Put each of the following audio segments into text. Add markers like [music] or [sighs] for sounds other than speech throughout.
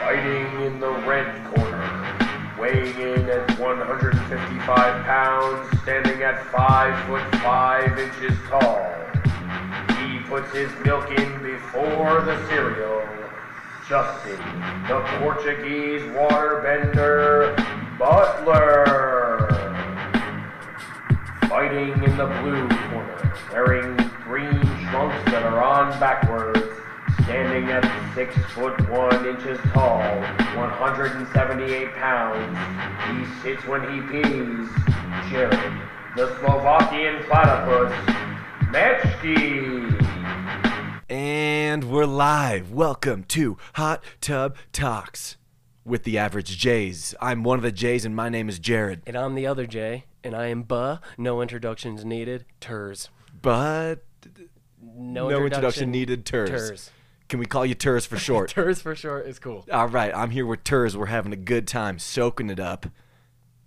fighting in the red corner, weighing in at 155 pounds, standing at 5 foot 5 inches tall. He puts his milk in before the cereal. Justin, the Portuguese waterbender, Butler fighting in the blue corner, wearing green trunks that are on backwards, standing at six foot one inches tall, 178 pounds. He sits when he pees. Jared, the Slovakian platypus, Mechki. And we're live. Welcome to Hot Tub Talks with the average Jays. I'm one of the Jays, and my name is Jared. And I'm the other Jay, and I am Buh. No introductions needed. Turs. But No, no introduction needed, Turs. Turs. Can we call you Turs for [laughs] short? Turs for short is cool. All right, I'm here with Turs. We're having a good time, soaking it up,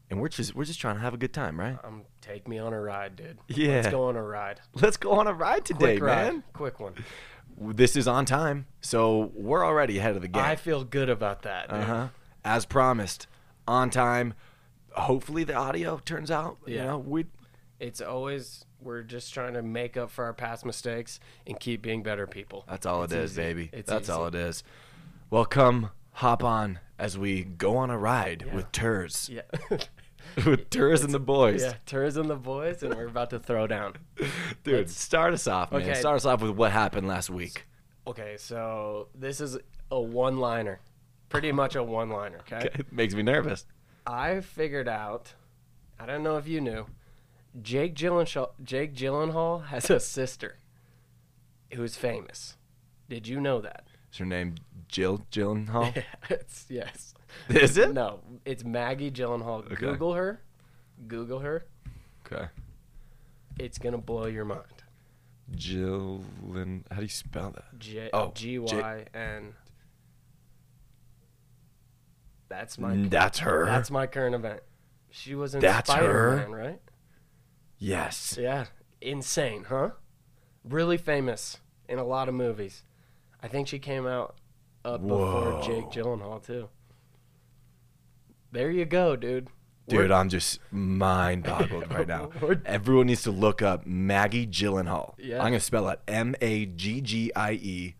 and we're just we're just trying to have a good time, right? Um, take me on a ride, dude. Yeah. Let's go on a ride. Let's go on a ride today, Quick ride. man. Quick one. This is on time, so we're already ahead of the game. I feel good about that. dude. Uh huh. As promised, on time. Hopefully the audio turns out. You Yeah. know, we It's always we're just trying to make up for our past mistakes and keep being better [laughs] people. that's all It's it is, easy. baby. It's that's easy. all it is. Well, come hop on as we go on a ride with Turs, Yeah. [laughs] [laughs] with Turs and the boys. yeah. Turs and the boys, and we're about to throw down. Dude, start us off, man. Okay. Start us off with what happened last week. Okay, so this is a one-liner. Pretty much a one-liner. okay. [laughs] It makes me nervous. I figured out. I don't know if you knew. Jake Gyllenhaal. Jake Gyllenhaal has a sister, who is famous. Did you know that? Is her name Jill Gyllenhaal? it's [laughs] yes. [laughs] is it? No, it's Maggie Gyllenhaal. Okay. Google her. Google her. Okay. It's gonna blow your mind. Jill and how do you spell that? J Oh, J- G Y N. That's my. That's her. That's my current event. She was in That's her? Spider-Man, right? yes. Yeah. Insane, huh? Really famous in a lot of movies. I think she came out up Whoa. before Jake Gyllenhaal too. There you go, dude. Dude, We're- I'm just mind boggled right [laughs] now. We're- Everyone needs to look up Maggie Gyllenhaal. Yeah. I'm gonna spell it M A G G I E.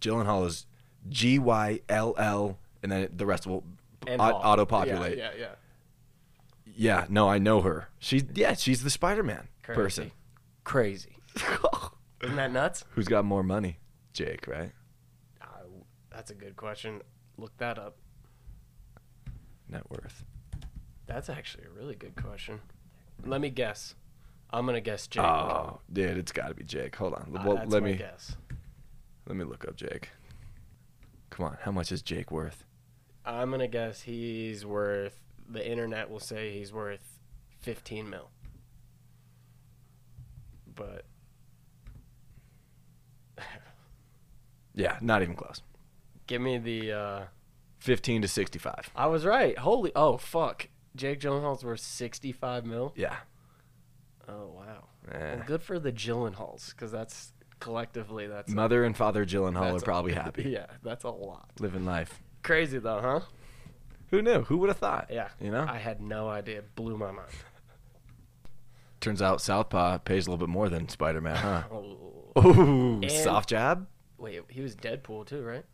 Gyllenhaal is G Y L L, and then the rest will and Hall. auto populate. Yeah, Yeah, yeah, yeah. no, I know her. She's yeah, she's the Spider Man Crazy. person. Crazy. Isn't that nuts? [laughs] Who's got more money? Jake, right? I- that's a good question. Look that up. Net worth. That's actually a really good question. Let me guess. I'm gonna guess Jake. Oh, dude, it's got to be Jake. Hold on. Ah, Well, that's let my me guess. let me look up Jake. Come on, how much is Jake worth? I'm gonna guess he's worth. The internet will say he's worth 15 mil. But Yeah, not even close. give me the. Uh, 15 to 65. I was right. Holy. Oh fuck. Jake Gyllenhaal's worth 65 mil. Yeah. Oh wow. Eh. Well, good for the Gyllenhaals, because that's collectively that's. [laughs] Mother and father Gyllenhaal are That's- probably happy. [laughs] yeah, that's a lot. Living life. Crazy though, huh? Who knew? Who would have thought? Yeah. You know? I had no idea. Blew my mind. Turns out Southpaw pays a little bit more than Spider Man, huh? [laughs] Oh. Ooh, And- soft jab? Wait, he was Deadpool too, right?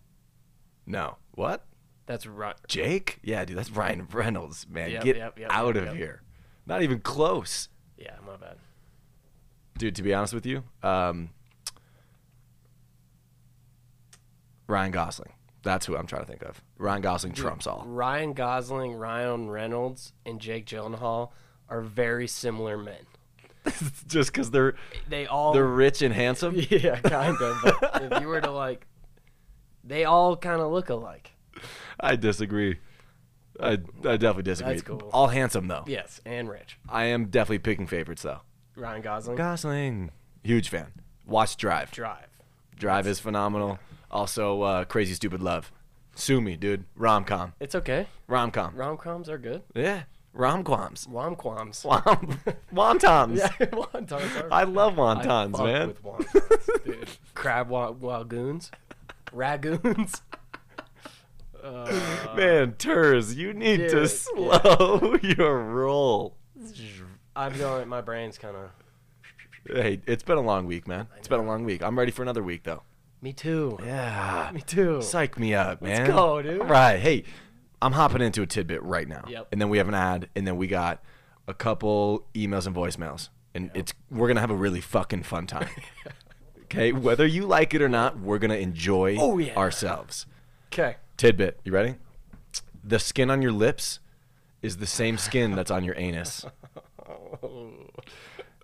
No. What? That's right. Jake? Yeah, dude, that's Ryan Reynolds, man. Yep, Get yep, yep, out yep, of yep. here. Not even close. Yeah, my bad. Dude, to be honest with you, um, Ryan Gosling. That's who I'm trying to think of. Ryan Gosling trumps all. [laughs] Ryan Gosling, Ryan Reynolds, and Jake Gyllenhaal are very similar men. Just because they're They all, they're rich and handsome. [laughs] yeah, kind of. But if you were to like, they all kind of look alike. I disagree. I, I definitely disagree. That's cool. All handsome though. Yes, and rich. I am definitely picking favorites though. Ryan Gosling, Gosling, huge fan. Watch Drive. Drive. Drive is phenomenal. Also, uh, Crazy Stupid Love. Sue me, dude. Rom com. It's okay. Rom com. Rom coms are good. Yeah. Rom quams. Rom quams. [laughs] Wontons. [laughs] Yeah, wontons are. I love I wontons, fuck man. [laughs] With wontons, dude. Crab wa- wagoons, ragoons. [laughs] Uh, Man, Turs, you need to Dude, slow [laughs] your roll. I'm going. My brain's kind of. Hey, it's been a long week, man. It's been a long week. I'm ready for another week, though. Me too. Yeah. Me too. Psych me up, man. go, dude. All right. Hey, I'm hopping into a tidbit right now. Yep. And then we have an ad, and then we got a couple emails and voicemails. And it's we're gonna have a really fucking fun [laughs] time. okay, whether you like it or not, we're gonna enjoy Oh, yeah. ourselves. Okay. Tidbit, you ready? The skin on your lips is the same skin that's on your anus. Oh.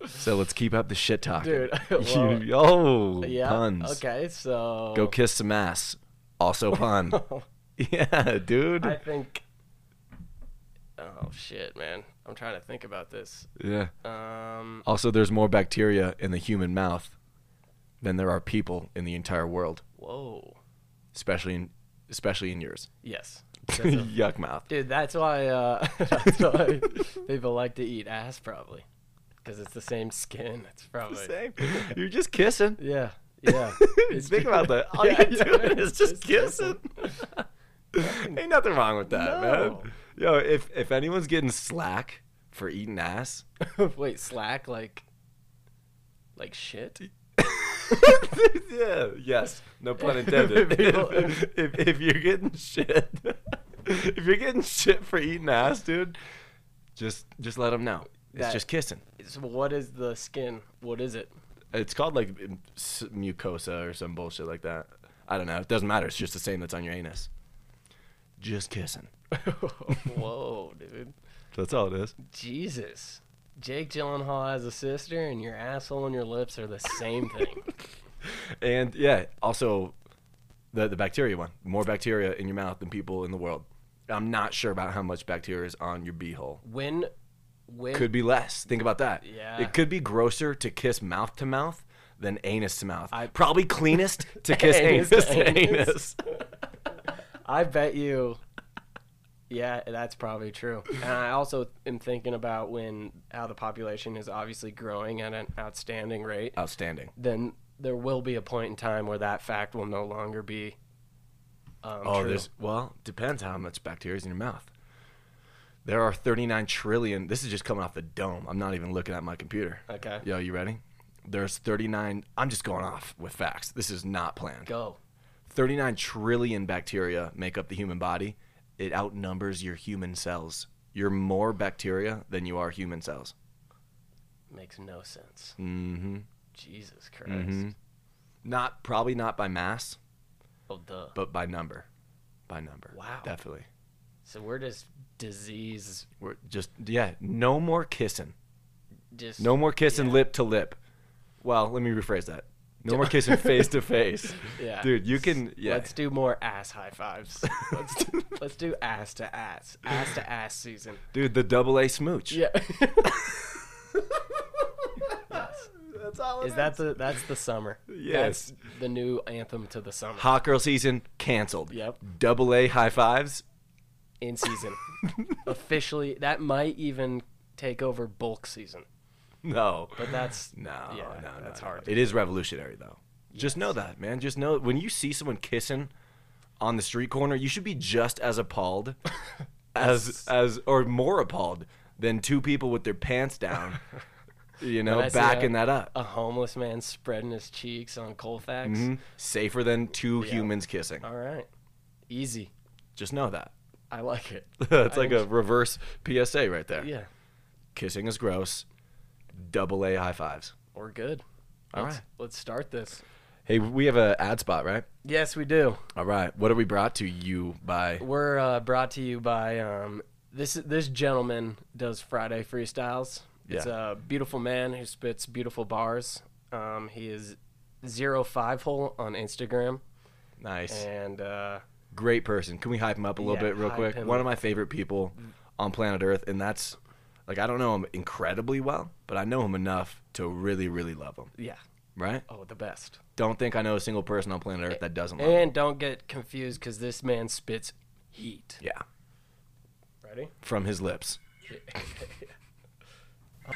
So let's keep up the shit talk. Dude, [laughs] well, you, oh, Yeah. puns. Okay. So. [laughs] Go kiss some ass. Also pun. [laughs] yeah, dude. I think. Oh shit, man! I'm trying to think about this. yeah. Um, Also, there's more bacteria in the human mouth than there are people in the entire world, whoa. especially in especially in yours. Yes. [laughs] That's a- Yuck mouth. dude, that's why. Uh, [laughs] that's why people like to eat ass, probably, because it's the same skin. It's probably. Same. [laughs] You're just kissing. Yeah. [laughs] Yeah. Think about that. All [laughs] Yeah, you're yeah. doing is just Just kissing. [laughs] kissing. Ain't nothing wrong with that, No. man. Yo, if if anyone's getting slack for eating ass, [laughs] Wait, slack like. Like shit. yeah, yes, no pun [laughs] intended. People- if, if, if you're getting shit, [laughs] if you're getting shit for eating ass, dude, just just let them know. It's That- just kissing. So what is the skin? What is it? [laughs] It's called like s- mucosa or some bullshit like that. I don't know. It doesn't matter. It's just the same that's on your anus. Just kissing. Whoa, dude. That's all it is. Jesus. Jake Gyllenhaal has a sister, and your asshole and your lips are the same thing. And yeah, also the the bacteria one. More bacteria in your mouth than people in the world. I'm not sure about how much bacteria is on your beehole. when, when [laughs] could be less. Think about that. Yeah. It could be grosser to kiss mouth to mouth than anus to mouth. I- Probably [laughs] cleanest to kiss anus, Anus to [laughs] to anus. anus. I bet you, yeah, that's probably true. And I also am thinking about when how the population is obviously growing at an outstanding rate. Outstanding. Then there will be a point in time where that fact will no longer be. Um, oh, true. there's well, depends how much bacteria is in your mouth. There are 39 trillion. This is just coming off the dome. I'm not even looking at my computer. Okay. Yo, you ready? There's 39. I'm just going off with facts. This is not planned. go. 39 trillion bacteria make up the human body. It outnumbers your human cells. You're more bacteria than you are human cells. Makes no sense. Mm-hmm. Jesus Christ. Mhm. Not probably not by mass, Oh, duh. but by number. By number. Wow. Definitely. So we're just disease. We're just yeah. No more kissing. Just No more kissing Yeah. lip to lip. Well, let me rephrase that. No [laughs] more kissing face to face. Yeah. Dude, you can yeah. Let's do more ass high fives. [laughs] Let's do, let's do ass to ass, ass to ass season. Dude, the double A smooch. [laughs] Yeah. [laughs] That's all Is that the that's the summer? Yes. That's the new anthem to the summer. Hot girl season canceled. Yep. Double A high fives. [laughs] In season. Officially, that might even take over bulk season. No. But that's [sighs] No, Yeah, no, no, that's no. hard. It is revolutionary though. Just know that, man. Just know when you see someone kissing on the street corner, you should be just as [laughs] appalled as as or more appalled than two people with their pants [laughs] down, you When know, I see backing a- that up. a homeless man spreading his cheeks on Colfax. Mhm. Safer than two Yeah. humans kissing. All right. Easy. Just know that. [laughs] I like it. it's I like a reverse PSA right there. Yeah. Kissing is gross. Double A high fives. We're good. All let's, right. Let's start this. Hey, we have a ad spot, right? Yes, we do. All right. What are we brought to you by? We're uh, brought to you by um, this. This gentleman does Friday freestyles. It's a beautiful man who spits beautiful bars. Um, he is zero five hole on Instagram, Nice. and uh, great person. Can we hype him up a little Yeah, bit real hype quick? him One of up. my favorite people on planet Earth, and that's like I don't know him incredibly well, but I know him enough to really, really love him. yeah, Right? oh, the best. Don't think I know a single person on planet Earth that doesn't love him. And don't get confused because this man spits heat. Yeah, Ready? from his lips. Yeah. Uh,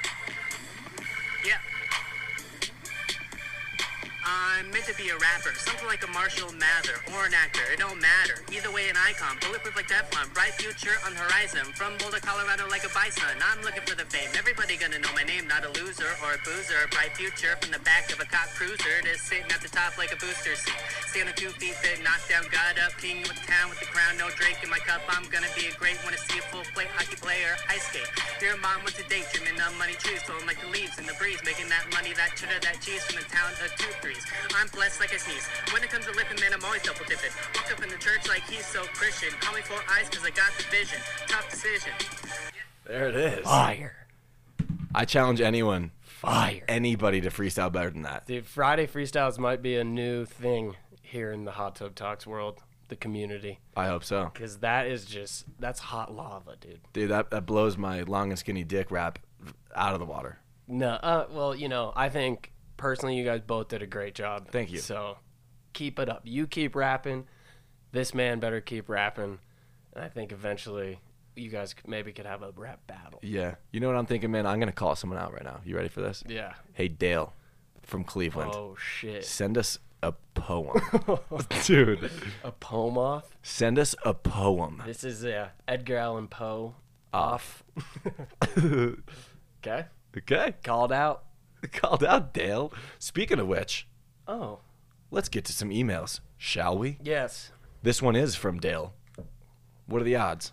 I'm meant to be a rapper, something like a Marshall Mather or an actor. It don't matter. Either way, an icon, bulletproof like Teflon, bright future on the horizon. From Boulder, Colorado, like a bison. I'm looking for the fame. Everybody gonna know my name, not a loser or a boozer. Bright future from the back of a cop cruiser to sitting at the top like a booster seat. Stand on two feet, fit, knock down, got up, king with the town with the crown, no Drake in my cup. I'm gonna be a great one to see a full plate hockey player. Ice skate. Your mom went to date, trimming on money trees, blowing like the leaves in the breeze, making that money, that cheddar, that cheese from the town of two threes. I'm blessed like a sneeze. When it comes to lipping, man, I'm always double dipping. Walk up in the church like he's so Christian. Call me four eyes, cause I got the vision. Tough decision. There it is. Fire. I challenge anyone, Fire. anybody to freestyle better than that. Dude, Friday freestyles might be a new thing here in the Hot Tub Talks world, the community. I hope so. Because that is just, that's hot lava, dude. Dude, that, that blows my long and skinny dick rap out of the water. No, uh, well, you know, I think personally, you guys both did a great job. Thank you. So keep it up. You keep rapping. This man better keep rapping. And I think eventually you guys c- maybe could have a rap battle. Yeah. You know what I'm thinking, man? I'm going to call someone out right now. You ready for this? Yeah. Hey, Dale from Cleveland, Oh, shit. send us a poem. [laughs] Dude, A poem off? send us a poem. This is uh, Edgar Allan Poe Ah. off. okay. [laughs] Okay. Called out. Called out, Dale. Speaking of which, Oh, let's get to some emails, shall we? yes. This one is from Dale. What are the odds?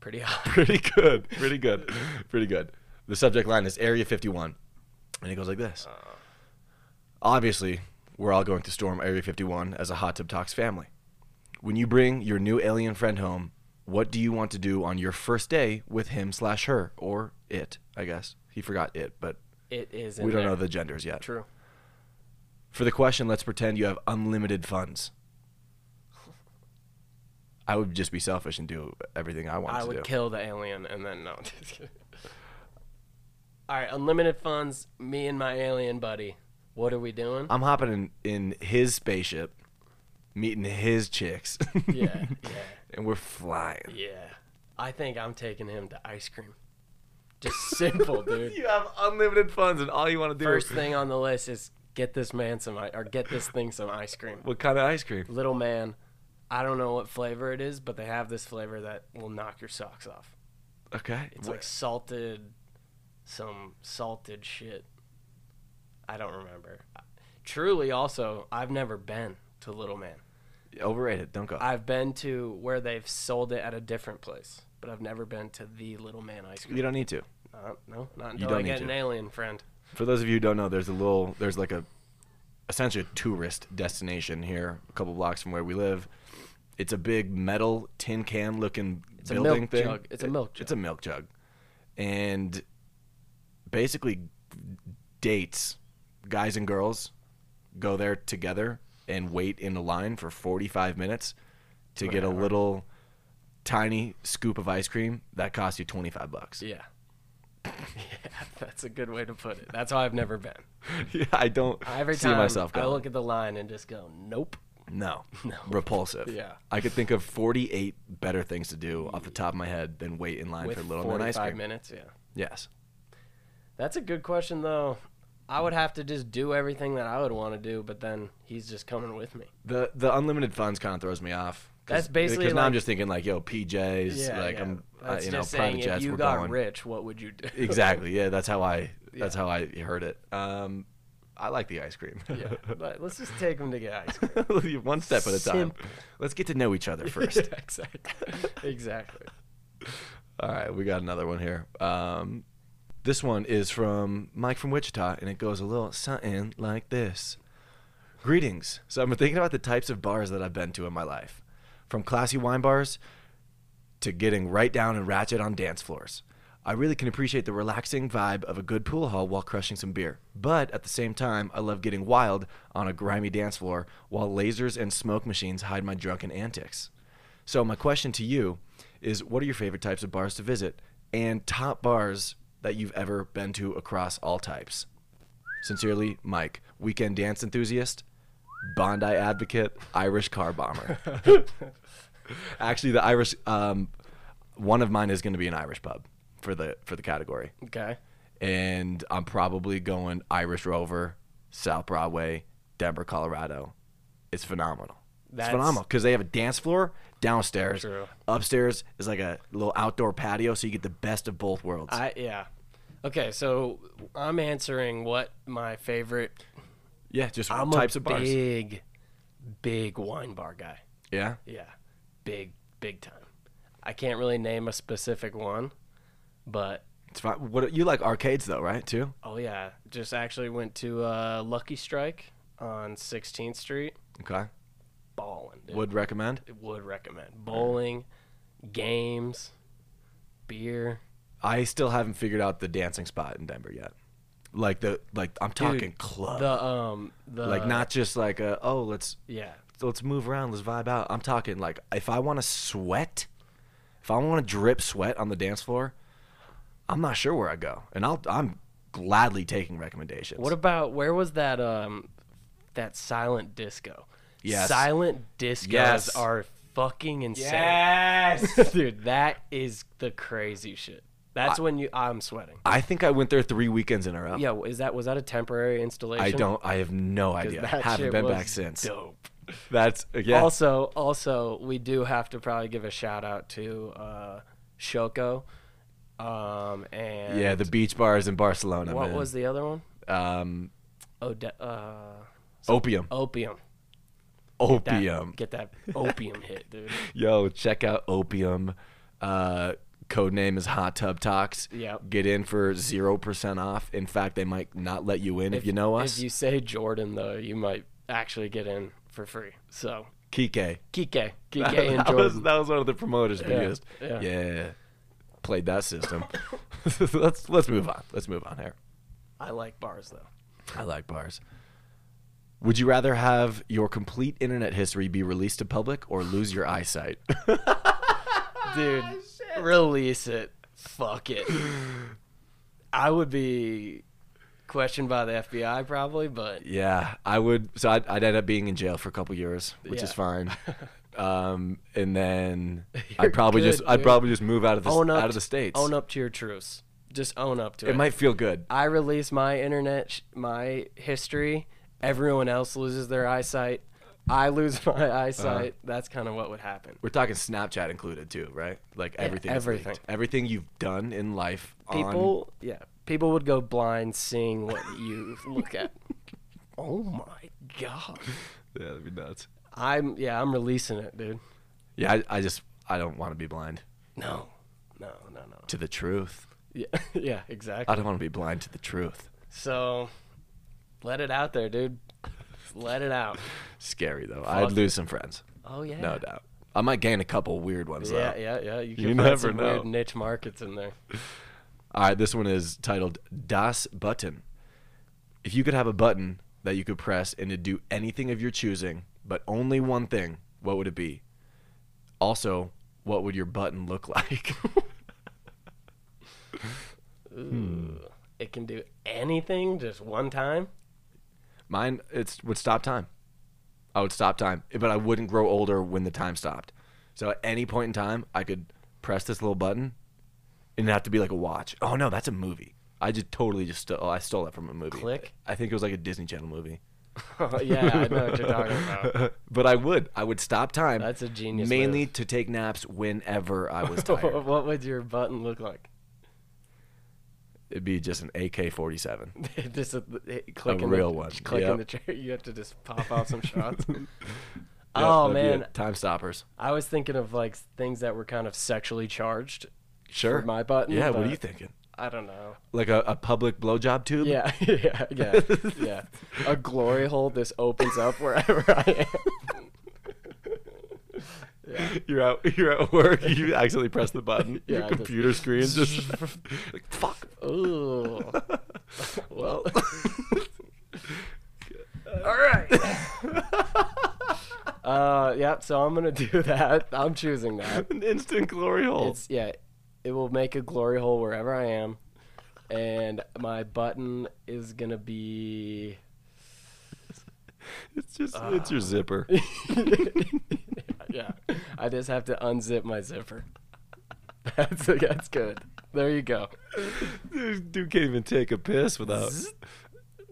Pretty hot. Pretty good. Pretty good. Pretty good. The subject line is Area 51. And it goes like this Obviously, we're all going to storm Area 51 as a Hot Tub Talks family. When you bring your new alien friend home, what do you want to do on your first day with him slash her or it? I guess he forgot it, but It is. In we don't there. know the genders yet. True. For the question, let's pretend you have unlimited funds. I would just be selfish and do everything I want I to would do. kill the alien and then no. [laughs] Just kidding. All right, unlimited funds. Me and my alien buddy. What are we doing? I'm hopping in, in his spaceship, meeting his chicks. [laughs] yeah, yeah, and we're flying. yeah. I think I'm taking him to ice cream. [laughs] Just simple, dude. You have unlimited funds, and all you want to do First thing on the list is get this man some i- or get this thing some ice cream. What kind of ice cream? Little man, I don't know what flavor it is, but they have this flavor that will knock your socks off. Okay. It's like salted, some salted shit. I don't remember. Truly, also, I've never been to Little Man. Overrated. Don't go. I've been to where they've sold it at a different place, but I've never been to the Little Man ice cream. you don't need to. Uh, no, not until don't I need get to. an alien friend. For those of you who don't know, there's a little, there's like a, essentially a tourist destination here, a couple blocks from where we live. It's a big metal tin can looking a building milk thing. jug. It's a milk It's a milk jug, and basically dates, guys and girls, go there together and wait in a line for 45 minutes to get a little tiny scoop of ice cream that costs you 25 bucks. Yeah. [laughs] yeah, that's a good way to put it. That's how I've [laughs] never been. Yeah, [laughs] I don't Every see time myself going. I look at the line and just go, nope. [laughs] No. No. Repulsive. Yeah. I could think of 48 better things to do off the top of my head than wait in line With for Little Man ice 45 cream. minutes, yeah. Yes. That's a good question, though. I would have to just do everything that I would want to do, but then he's just coming with me. The the unlimited funds kind of throws me off. 'Cause- That's basically because now I'm like- just thinking like, yo, PJs, like I'm, uh, That's you know, just private saying, jets. if you we're got going. rich, what would you do? [laughs] Exactly. Yeah, that's how I that's how I heard it. Um, I like the ice cream. [laughs] yeah, but let's just take him to get ice [laughs] cream. One step at a time. Simple. Let's get to know each [laughs] other [laughs] first. Yeah, exactly. exactly. All right, we got another one here. Um, this one is from Mike from Wichita, and it goes a little something like this Greetings. So, I've been thinking about the types of bars that I've been to in my life from classy wine bars to getting right down and ratchet on dance floors. I really can appreciate the relaxing vibe of a good pool hall while crushing some beer. But at the same time, I love getting wild on a grimy dance floor while lasers and smoke machines hide my drunken antics. So my question to you is what are your favorite types of bars to visit and top bars that you've ever been to across all types? Sincerely, Mike, weekend dance enthusiast, Bondi advocate, Irish car bomber. Actually, the Irish um, one of mine is going to be an Irish pub for the for the category. Okay. And I'm probably going Irish Rover, South Broadway, Denver, Colorado, is phenomenal. That's- it's phenomenal because they have a dance floor downstairs. True. Upstairs is like a little outdoor patio, so you get the best of both worlds. I yeah. Okay, so I'm answering what my favorite yeah, just I'm types a of bars. big big wine bar guy. yeah, Yeah. Big big time. I can't really name a specific one, but it's fine. What you like arcades though, right? Too. oh yeah, just actually went to uh Lucky Strike on 16th Street. Okay. Ballin', dude. Would recommend. would recommend. Bowling, games, beer. I still haven't figured out the dancing spot in Denver yet. Like the like I'm talking club. The um the like not just like a, oh let's yeah. let's move around, let's vibe out. I'm talking like if I want to sweat, if I want to drip sweat on the dance floor, I'm not sure where I go, and I'll I'm gladly taking recommendations. What about where was that um that silent disco? Yes. Silent discos Yes. are fucking insane. Yes. [laughs] Dude, that is the crazy shit. That's when you I'm sweating. I think I went there three weekends in a row. Yeah, w- is that was that a temporary installation? I don't. I have no 'Cause idea. that Haven't shit been was back since. Dope. That's yeah. Also, also, we do have to probably give a shout out to uh, Shoko, um, and yeah, the beach bars in Barcelona. what man. was the other one? um, Ode- uh, opium? opium. oh, That- Opium. Get that opium [laughs] hit, dude. Yo, check out Opium. Uh, code name is Hot Tub Talks. Yep. Get in for zero percent off. In fact, they might not let you in if, you know us. If you say Jordan, though, you might actually get in for free. So Kike. Kike, Kike, [laughs] and that Jordan. was that was one of the promoters we Yeah, used. yeah. Played that system. [laughs] let's let's move on. Let's move on here. I like bars though. I like bars. Would you rather have your complete internet history be released to public or lose your eyesight? dude release it [sighs] fuck it i would be questioned by the fbi probably but Yeah, I would. So I'd, I'd end up being in jail for a couple years, which is Yeah. [laughs] fine. um, and then You're I'd probably good, just I'd dude. probably just move out of the own up out of the states. own up to your truce just own up to it, It might feel good. i release my internet sh- my history everyone else loses their eyesight i lose [laughs] my Uh-huh. eyesight that's kind of what would happen We're talking Snapchat included too, right? Like everything. is E, everything. linked. Everything you've done in life. on- people yeah people would go blind seeing what you [laughs] look at oh my god yeah, that'd be nuts. i'm yeah i'm releasing it dude Yeah, I, I just I don't want to be blind No, no, no, no. to the truth. Yeah, [laughs] yeah, I exactly. don't want to be blind to the truth. So, let it out there, dude. Let it out. Scary though. I'd it. lose some friends, Oh yeah. no doubt. I might gain a couple weird ones though. Yeah, yeah, yeah. You, can You find never some know. weird niche markets in there. All right, this one is titled Das Button. If you could have a button that you could press and it'd do anything of your choosing, but only one thing, what would it be? Also, what would your button look [laughs] like? It can do anything just [laughs] one time. [laughs] Mine it's would stop time. I would stop time, but I wouldn't grow older when the time stopped. So at any point in time, I could press this little button and it'd have to be like a watch. Oh no, that's a movie. I just totally just stole I stole that from a movie. Click? I think it was like a Disney Channel movie. Oh, yeah, [laughs] I know what you're talking about. [laughs] but I would. I would stop time. That's a genius Mainly to take naps whenever I [laughs] was tired. what would your button look like? [laughs] It'd be just an [laughs] AK-47. just a, eh, click real the, one, Clicking yep. the chair. You have [laughs] to just pop out some shots. Yeah, [laughs] oh that'd be man, it. time stoppers. I was thinking of like things that were kind of sexually charged. Sure. my button, Yeah. What are but- you thinking? I [laughs] don't know. Like a, a public blowjob tube? [laughs] Yeah, [laughs] yeah, yeah, yeah. A glory hole this opens up wherever I am. [laughs] [laughs] You're out. You're at [laughs] work. [laughs] You accidentally press the button. Yeah, I Your just- computer screen [laughs] just like fuck. Ooh. [laughs] Well, All right. uh, yeah. So I'm gonna [laughs] do that. I'm choosing [laughs] that. An instant glory hole. It's yeah. It will make a glory hole wherever I am, and my button is gonna be. [laughs] It's just uh, it's your [laughs] zipper. Yeah, I just have to unzip my zipper. [laughs] That's that's good. There you go. [laughs] Dude dude can't even take a piss without. [laughs]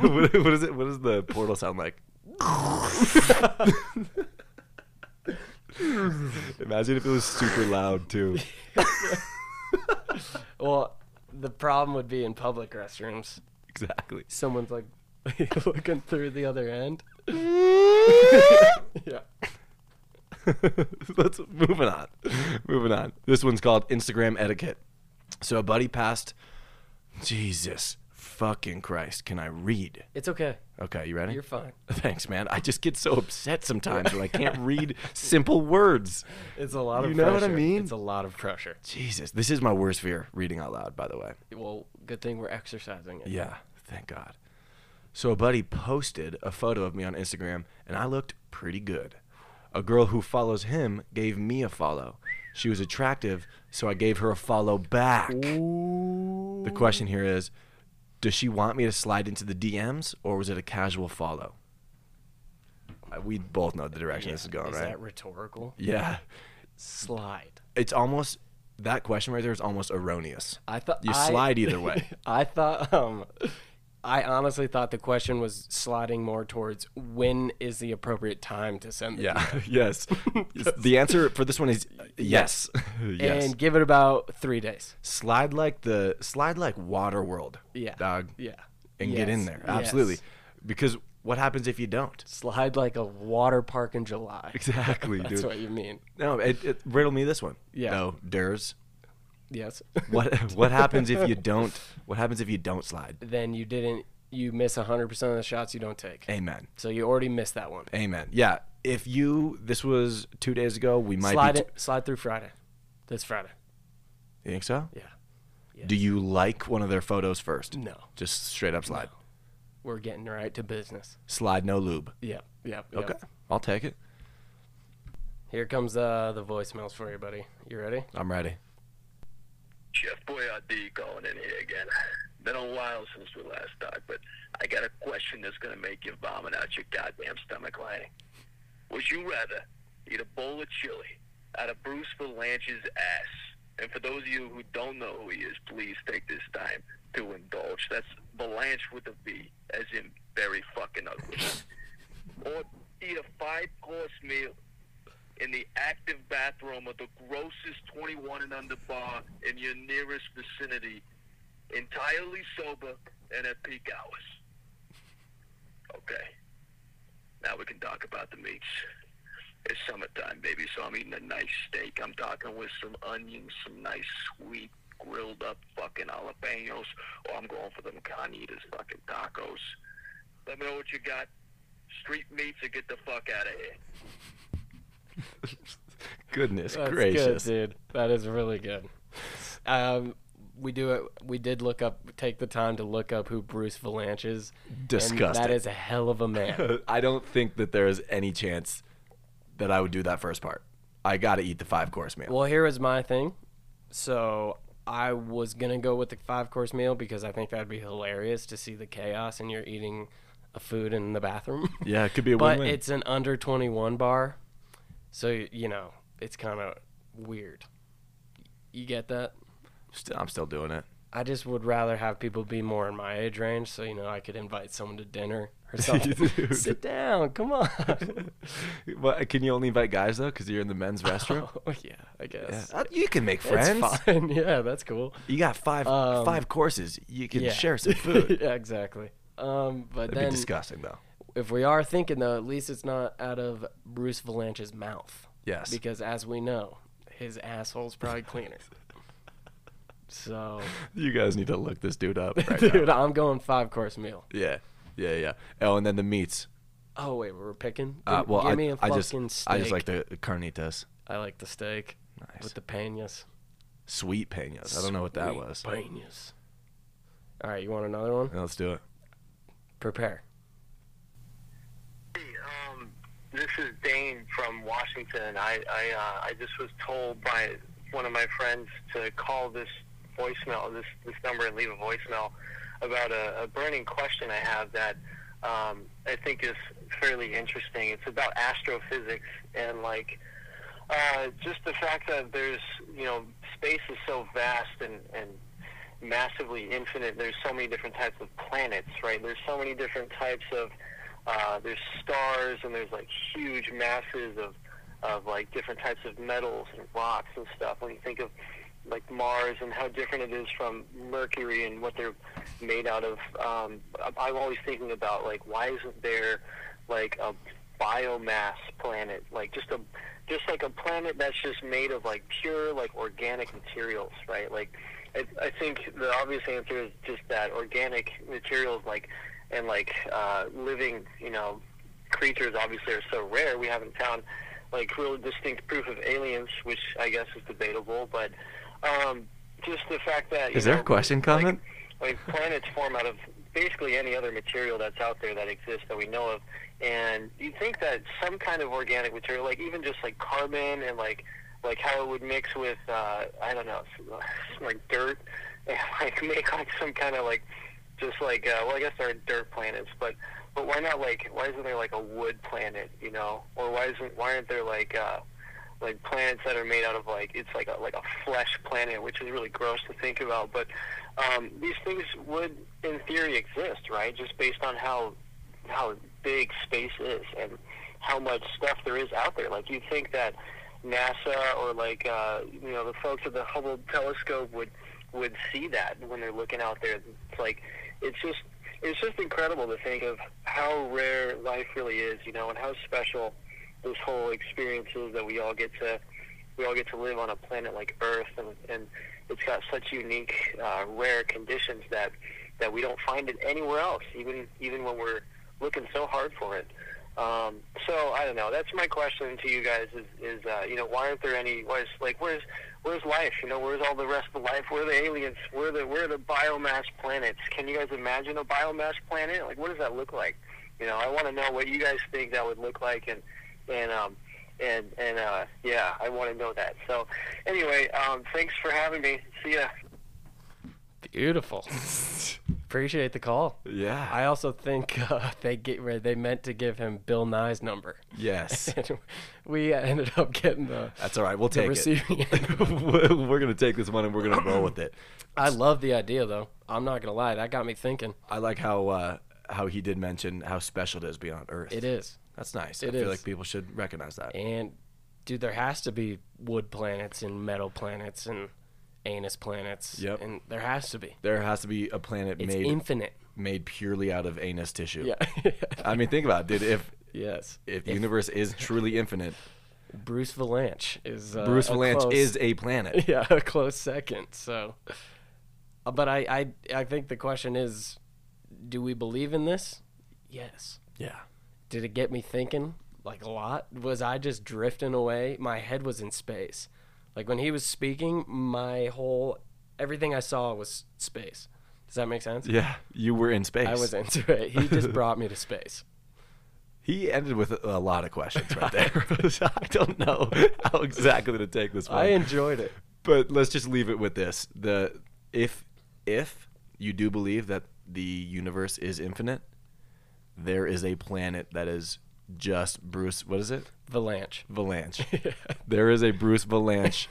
what, what is it? What does the portal sound like? [laughs] [laughs] Imagine if it was super loud [laughs] too. Well, the problem would be in public restrooms. Exactly. Someone's like [laughs] looking through the other end. [laughs] [laughs] yeah. Let's moving on. Moving on. This one's called Instagram etiquette. So a buddy passed. Jesus fucking Christ! Can I read? It's okay. Okay, you ready? You're fine. [laughs] Thanks, man. I just get so upset sometimes when I [laughs] can't read simple words. It's a lot of You know what I pressure. mean? It's a lot of pressure. Jesus, this is my worst fear: reading out loud. By the way. Well, good thing we're exercising it. Yeah, thank God. So a buddy posted a photo of me on Instagram, and I looked pretty good. A girl who follows him gave me a follow. She was attractive, so I gave her a follow back. The question here is, does she want me to slide into the DMs, or was it a casual follow? Uh, We both know the direction this is going, Is right? that rhetorical? yeah, Slide. it's almost that question right there is almost erroneous. I thought You I- slide either [laughs] way. I thought um I honestly thought the question was sliding more towards when is the appropriate time to send [laughs] the DM? Yeah. yes. [laughs] the answer for this one is uh, yes. [laughs] yes. And give it about three days. slide like the slide like Waterworld. Yeah. Dog. Yeah. And get in Yes. there. Yes. Absolutely. Because what happens if you don't? Slide like a water park in July. [laughs] Exactly, [laughs] That's what you mean. No, it, it, riddle me this one. Yeah. No, [laughs] Durs. Yes. [laughs] What [laughs] what happens if you don't? What happens if you don't slide? then you didn't you miss 100% of the shots you don't take. Amen. So you already missed that one. Amen. Yeah. If you this was two days ago, we might slide be. it slide through Friday. This Friday. You think so? Yeah. Do you like one of their photos first? No. Just straight up slide. We're getting right to business. Slide no lube. Yeah. Yeah. yeah. Okay. I'll take it. Here comes uh, the voicemails for you, buddy. You ready? I'm ready. Chef Boyardee going in here again. [sighs] Been a while since we last talked, but I got a question that's going to make you vomit out your goddamn stomach lining. Would you rather eat a bowl of chili out of Bruce Valanche's ass? And for those of you who don't know who he is, please take this time to indulge. That's Valanche with a V, as in very fucking ugly. or eat a five-course meal in the active bathroom of the grossest 21 and under bar in your nearest vicinity, entirely sober and at peak hours. Okay. Now we can talk about the meats. It's summertime, baby, so I'm eating a nice steak. I'm talking with some onions, some nice sweet grilled up fucking jalapenos, or I'm going for them carnitas fucking tacos. Let me know what you got. Street meats or get the fuck out of here. Goodness That's [laughs] gracious. good, dude. That is really good. Um, we do it. We did look up. Take the time to look up who Bruce Valanche is. and Disgusting. that is a hell of [laughs] a man. I don't think that there is any chance that I would do that first part. I gotta eat the five course meal. well, here is my thing. So I was gonna go with the five course meal because I think that'd be hilarious to see the chaos and you're eating a food in the bathroom. [laughs] yeah, it could be a but win-win. it's an under 21 bar, so y- you know it's kind of weird. You get that? St- I'm still doing it. [laughs] I just would rather have people be more in my age range, so you know I could invite someone to dinner or [laughs] something. Sit down, come on. But can you only invite guys though? Because you're in the men's restroom. [laughs] oh yeah, I Yeah. guess. Uh, You can make That's friends. fine. [laughs] Yeah, that's cool. You got five Um, five courses. You can yeah. share [laughs] some food. yeah, exactly. Um, but That'd be then, disgusting though. if we are thinking though, at least it's not out of Bruce Valanche's mouth. Yes. Because as we know, his asshole's probably cleaner. so, You guys need to look this dude [laughs] up [laughs] right now. dude, I'm going five course meal. Yeah, yeah, yeah. Oh, and then the meats. Oh wait, we're picking. Uh, Give- well, give I, me a I fucking just steak. I just like the carnitas, I like the steak Nice. with the penas. sweet penas. I don't know what that was. Uh, Penas. All right, you want another one? Yeah, Let's do it. Prepare. Hey, um, this is Dane from Washington. I I, uh, I just was told by one of my friends to call this voicemail, this this number, and leave a voicemail about a, a burning question I have that um, I think is fairly interesting. It's about astrophysics and like uh, just the fact that there's you know space is so vast and and massively infinite. There's so many different types of planets, right? There's so many different types of uh, there's stars and there's like huge masses of of like different types of metals and rocks and stuff. When you think of like Mars and how different it is from Mercury and what they're made out of, um, I'm always thinking about like why isn't there like a biomass planet, like just a just like a planet that's just made of like pure like organic materials, right? Like I, I think the obvious answer is just that organic materials, like and like uh, living, you know, creatures obviously are so rare. We haven't found like real distinct proof of aliens, which I guess is debatable, but um, just the fact that you Is there know, a question comment? Like, like planets form out of basically any other material that's out there that exists that we know of, and you think that some kind of organic material, like even just like carbon and like like how it would mix with uh, I don't know some, some, [laughs] like dirt and like make like some kind of like just like uh, well I guess there are dirt planets, but but why not like why isn't there like a wood planet you know or why isn't why aren't there like uh, like planets that are made out of like it's like a like a flesh planet which is really gross to think about but um, these things would in theory exist right just based on how how big space is and how much stuff there is out there. Like you'd think that NASA or like uh, you know the folks at the Hubble telescope would would see that when they're looking out there. It's like it's just it's just incredible to think of how rare life really is, you know, and how special this whole experience is that we all get to we all get to live on a planet like Earth, and and it's got such unique, uh, rare conditions that that we don't find it anywhere else, even even when we're looking so hard for it. Um, so I don't know. That's my question to you guys: is, is uh, you know why aren't there any? Where's like where's where's life? You know where's all the rest of life? Where are the aliens? Where are the where are the biomass planets? Can you guys imagine a biomass planet? Like what does that look like? You know I want to know what you guys think that would look like and and um and and uh, yeah I want to know that. So anyway, um, thanks for having me. See ya. Beautiful. [laughs] Appreciate the call. Yeah. I also think [laughs] uh, they get they meant to give him Bill Nye's number. [laughs] Yes. And we uh, ended up getting the, That's all right. We'll the take it. [laughs] receiving. end. we're gonna take this one and we're gonna roll with it. I love the idea though. I'm not gonna lie, that got me thinking. I like how uh, how he did mention how special it is beyond Earth. It is. That's nice. I It feel is. like people should recognize that. And dude, there has to be wood planets and metal planets and anus planets. Yep. And there has to be. There has to be a planet It's made infinite. made purely out of anus tissue. [laughs] Yeah. I mean, think about it, dude. If yes. if the universe is truly infinite, Bruce Valanche is [laughs] uh, Bruce a Valanche close- is a planet. [laughs] yeah, a close second. So, Uh, but I, I, I think the question is, do we believe in this? Yes. Yeah. Did it get me thinking like a lot? Was I just drifting away? My head was in space. Like when he was speaking, my whole everything I saw was space. Does that make sense? Yeah. You were in space. I was into it. He just brought me to space. He ended with a, a lot of questions [laughs] right there. I don't know how exactly to take this one. I enjoyed it. but let's just leave it with this: the if if you do believe that the universe is infinite, there is a planet that is just Bruce. What is it? Valanche. [laughs] Valanche. There is a Bruce [laughs] Valanche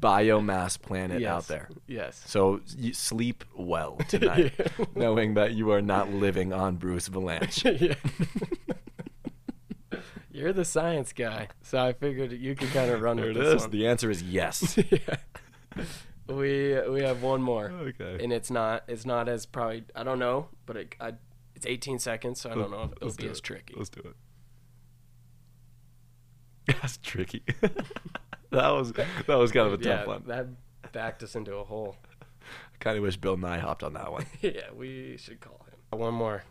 biomass planet out Yes. there. Yes. So you sleep [laughs] well tonight, knowing that you are not living on Bruce [laughs] Valanche. Yeah. [laughs] You're the science guy, so I figured you could kind of run There with it this is. one. [laughs] The answer is [laughs] yes. We we have one more. Okay. And it's not it's not as probably I don't know, but it I, it's 18 seconds, so I don't know if it'll be as tricky. Let's do it. [laughs] That's tricky. [laughs] that was that was kind of a tough yeah, one. that backed us into a [laughs] hole. I kind of wish Bill Nye hopped on that one. yeah, we should call him. One more.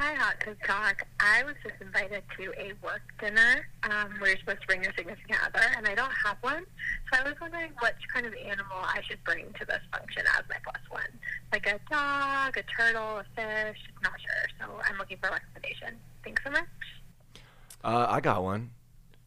Hi, Hot Tub Talk. I was just invited to a work dinner um, where you're supposed to bring your significant other, and I don't have one. So I was wondering what kind of animal I should bring to this function as my plus one. Like a dog, a turtle, a fish. Not sure. So I'm looking for a recommendation. Thanks so much. Uh, I got one.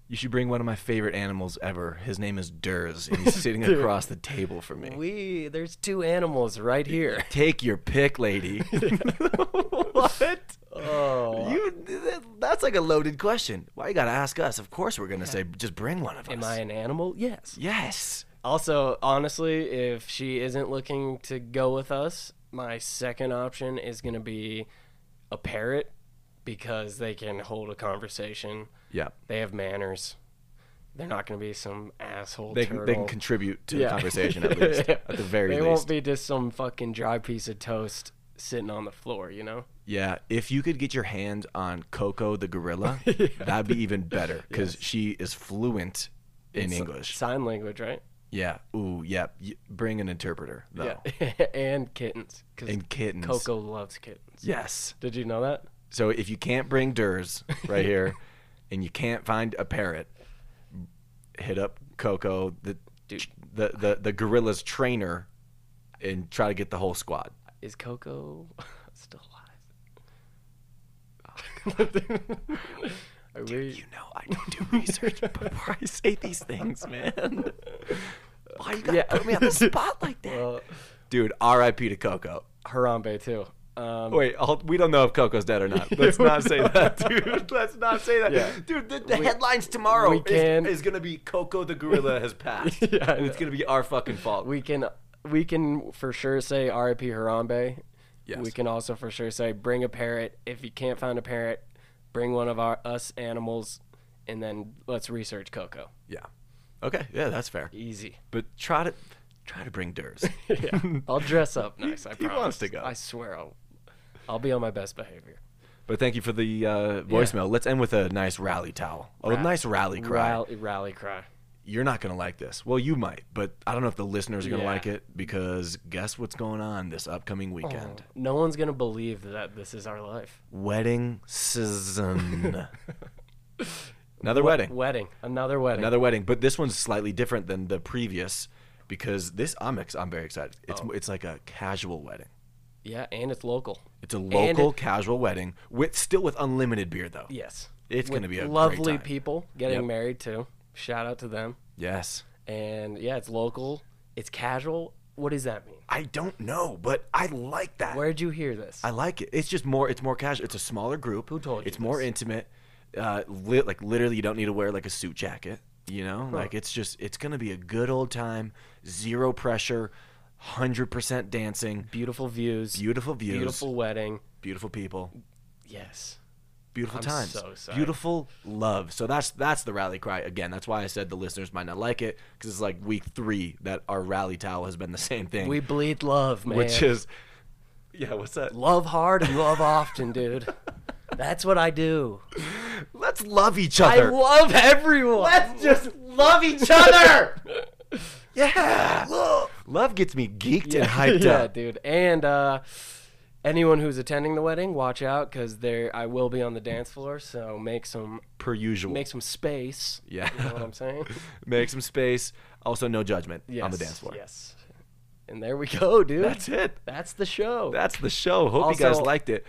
You should bring one of my favorite animals ever. His name is Durs, [laughs] and he's sitting across the table from me. We there's two animals right here. Take your pick, lady. [laughs] what? Oh. You, that- that's like a loaded question. Why you gotta ask us? Of course we're gonna say just bring one of us. Am I an animal? Yes. Yes. Also, honestly, if she isn't looking to go with us, my second option is going to be a parrot because they can hold a conversation. Yeah. They have manners. They're not going to be some asshole They can, turtle. they can contribute to the Yeah. conversation [laughs] at least, at the very they least. won't be just some fucking dry piece of toast sitting on the floor, you know? Yeah, if you could get your hand on Coco the [laughs] gorilla, that'd be even better because she is fluent in It's English. Sign language, right? Yeah. Ooh, yeah. Y- Bring an interpreter though, Yeah. [laughs] and kittens. 'cause and kittens. Coco loves kittens. Yes. Did you know that? So if you can't bring Durs right [laughs] here, and you can't find a parrot, hit up Coco the Dude. the the, the gorilla's trainer, and try to get the whole squad. Is Coco [laughs] still alive? [laughs] [laughs] I really- You know I don't do research before I say these things, man. Why you gotta Yeah. put me [laughs] on the spot like that? [laughs] well, Dude, R.I.P. to Coco. Harambe too. Um, Wait, I'll, we don't know if Coco's dead or [laughs] not. Let's not say that, dude. [laughs] Let's not say that, Yeah. dude. The, the headlines tomorrow we is- can- is, gonna be Coco the gorilla has [laughs] passed, Yeah, I and it's know. gonna be our fucking fault. we can we can for sure say R.I.P. Harambe. Yes. We can also for sure say bring a parrot. If you can't find a parrot, bring one of our us animals, and then let's research Coco. yeah. Okay. Yeah, that's fair. [laughs] Easy. But try to try to bring Durs. [laughs] [laughs] I'll dress up nice. I He promise. wants to go. I swear I'll I'll be on my best behavior. but thank you for the uh, voicemail. Let's end with a nice rally towel. A nice rally cry. Rally, rally cry. You're not gonna like this. Well, you might, but I don't know if the listeners are gonna Yeah. Oh. like it because guess what's going on this upcoming weekend? No one's gonna believe that this is our life. Wedding season. [laughs] Another wedding. Wedding. Another wedding. Another wedding, but this one's slightly different than the previous because this I'm ex- I'm very excited. It's Oh. it's like a casual wedding. Yeah, and it's local. It's a local casual wedding with still with unlimited beer though. Yes. It's With gonna be a great lovely time. people getting Yep. married too. Shout out to them. Yes. And yeah, it's local. It's casual. What does that mean? I don't know, but I like that. Where'd you hear this? I like it. It's just more. It's more casual. It's a smaller group. Who told you It's more this? intimate. Uh, li- like literally, you don't need to wear like a suit jacket. You know, like it's just it's gonna be a good old time. Zero pressure, hundred percent dancing. beautiful views. Beautiful views. Beautiful wedding. beautiful people. Yes. Beautiful I'm times. so excited. beautiful love. So that's that's the rally cry again. That's why I said the listeners might not like it because it's like week three that our rally towel has been the same thing, We bleed love, man. which is yeah. What's that? love hard and love often, dude. That's what I do. [laughs] Let's love each I other. love everyone. Let's just love each other. [laughs] yeah. [gasps] Love. gets me geeked and hyped [laughs] yeah, up. dude. And uh, anyone who's attending the wedding, watch out because there I will be on the dance floor. So make some Per usual. make some space. yeah. You know what I'm saying? Make some space. Also, no judgment Yes, [laughs] on the dance floor. Yes. And there we [laughs] go, dude. That's it. That's the show. That's the show. Hope Also- you guys liked it.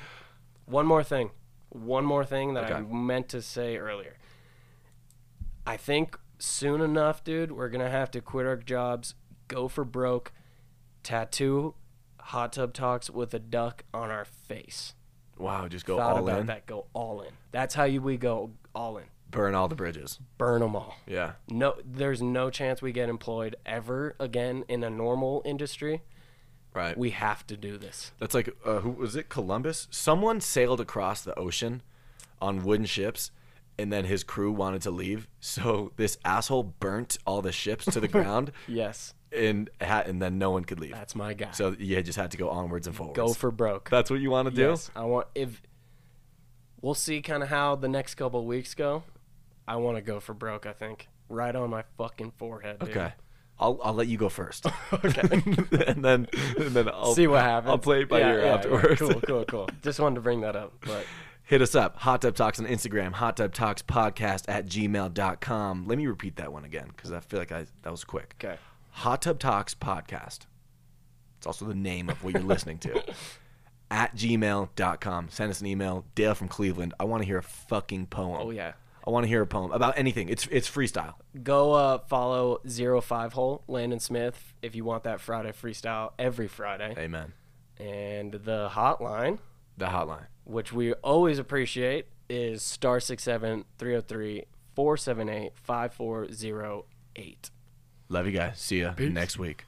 One more thing. One more thing that I Okay. meant to say earlier. I think soon enough, dude, we're going to have to quit our jobs, go for broke, tattoo hot tub talks with a duck on our face. Wow. Just go Thought all about in. that. Go all in. That's how you, we go all in. Burn all the bridges. Burn them all. Yeah. No, there's no chance we get employed ever again in a normal industry. Right. We have to do this. That's like uh, who was it? Columbus. Someone sailed across the ocean on wooden ships, and then his crew wanted to leave. So this asshole burnt all the ships to the [laughs] ground, Yes, and ha- and then no one could leave. that's my guy. So you just had to go onwards and forwards. go for broke. That's what you want to do. Yes, I want if we'll see kind of how the next couple of weeks go. I want to go for broke. I think right on my fucking forehead. Dude. [laughs] Okay. I'll, I'll let you go first. [laughs] okay. and then and then I'll See what happens. I'll play it by Yeah, ear yeah, yeah. afterwards. Cool, cool, [laughs] cool. Just wanted to bring that up, but Hit us up, Hot Tub Talks on Instagram, Hot Tub Talks Podcast at gmail.com. Let me repeat that one again because I feel like I that was quick. Okay. Hot Tub Talks Podcast. It's also the name of what you're listening [laughs] to. At gmail.com. Send us an email. Dale from Cleveland. I want to hear a fucking poem. Oh, yeah. I want to hear a poem about anything. It's it's freestyle. go uh, follow zero five hole Landon Smith if you want that Friday freestyle every Friday, Amen. and the hotline The hotline. which we always appreciate, is oh star 67 303 478 5408. Love you guys. See ya next week.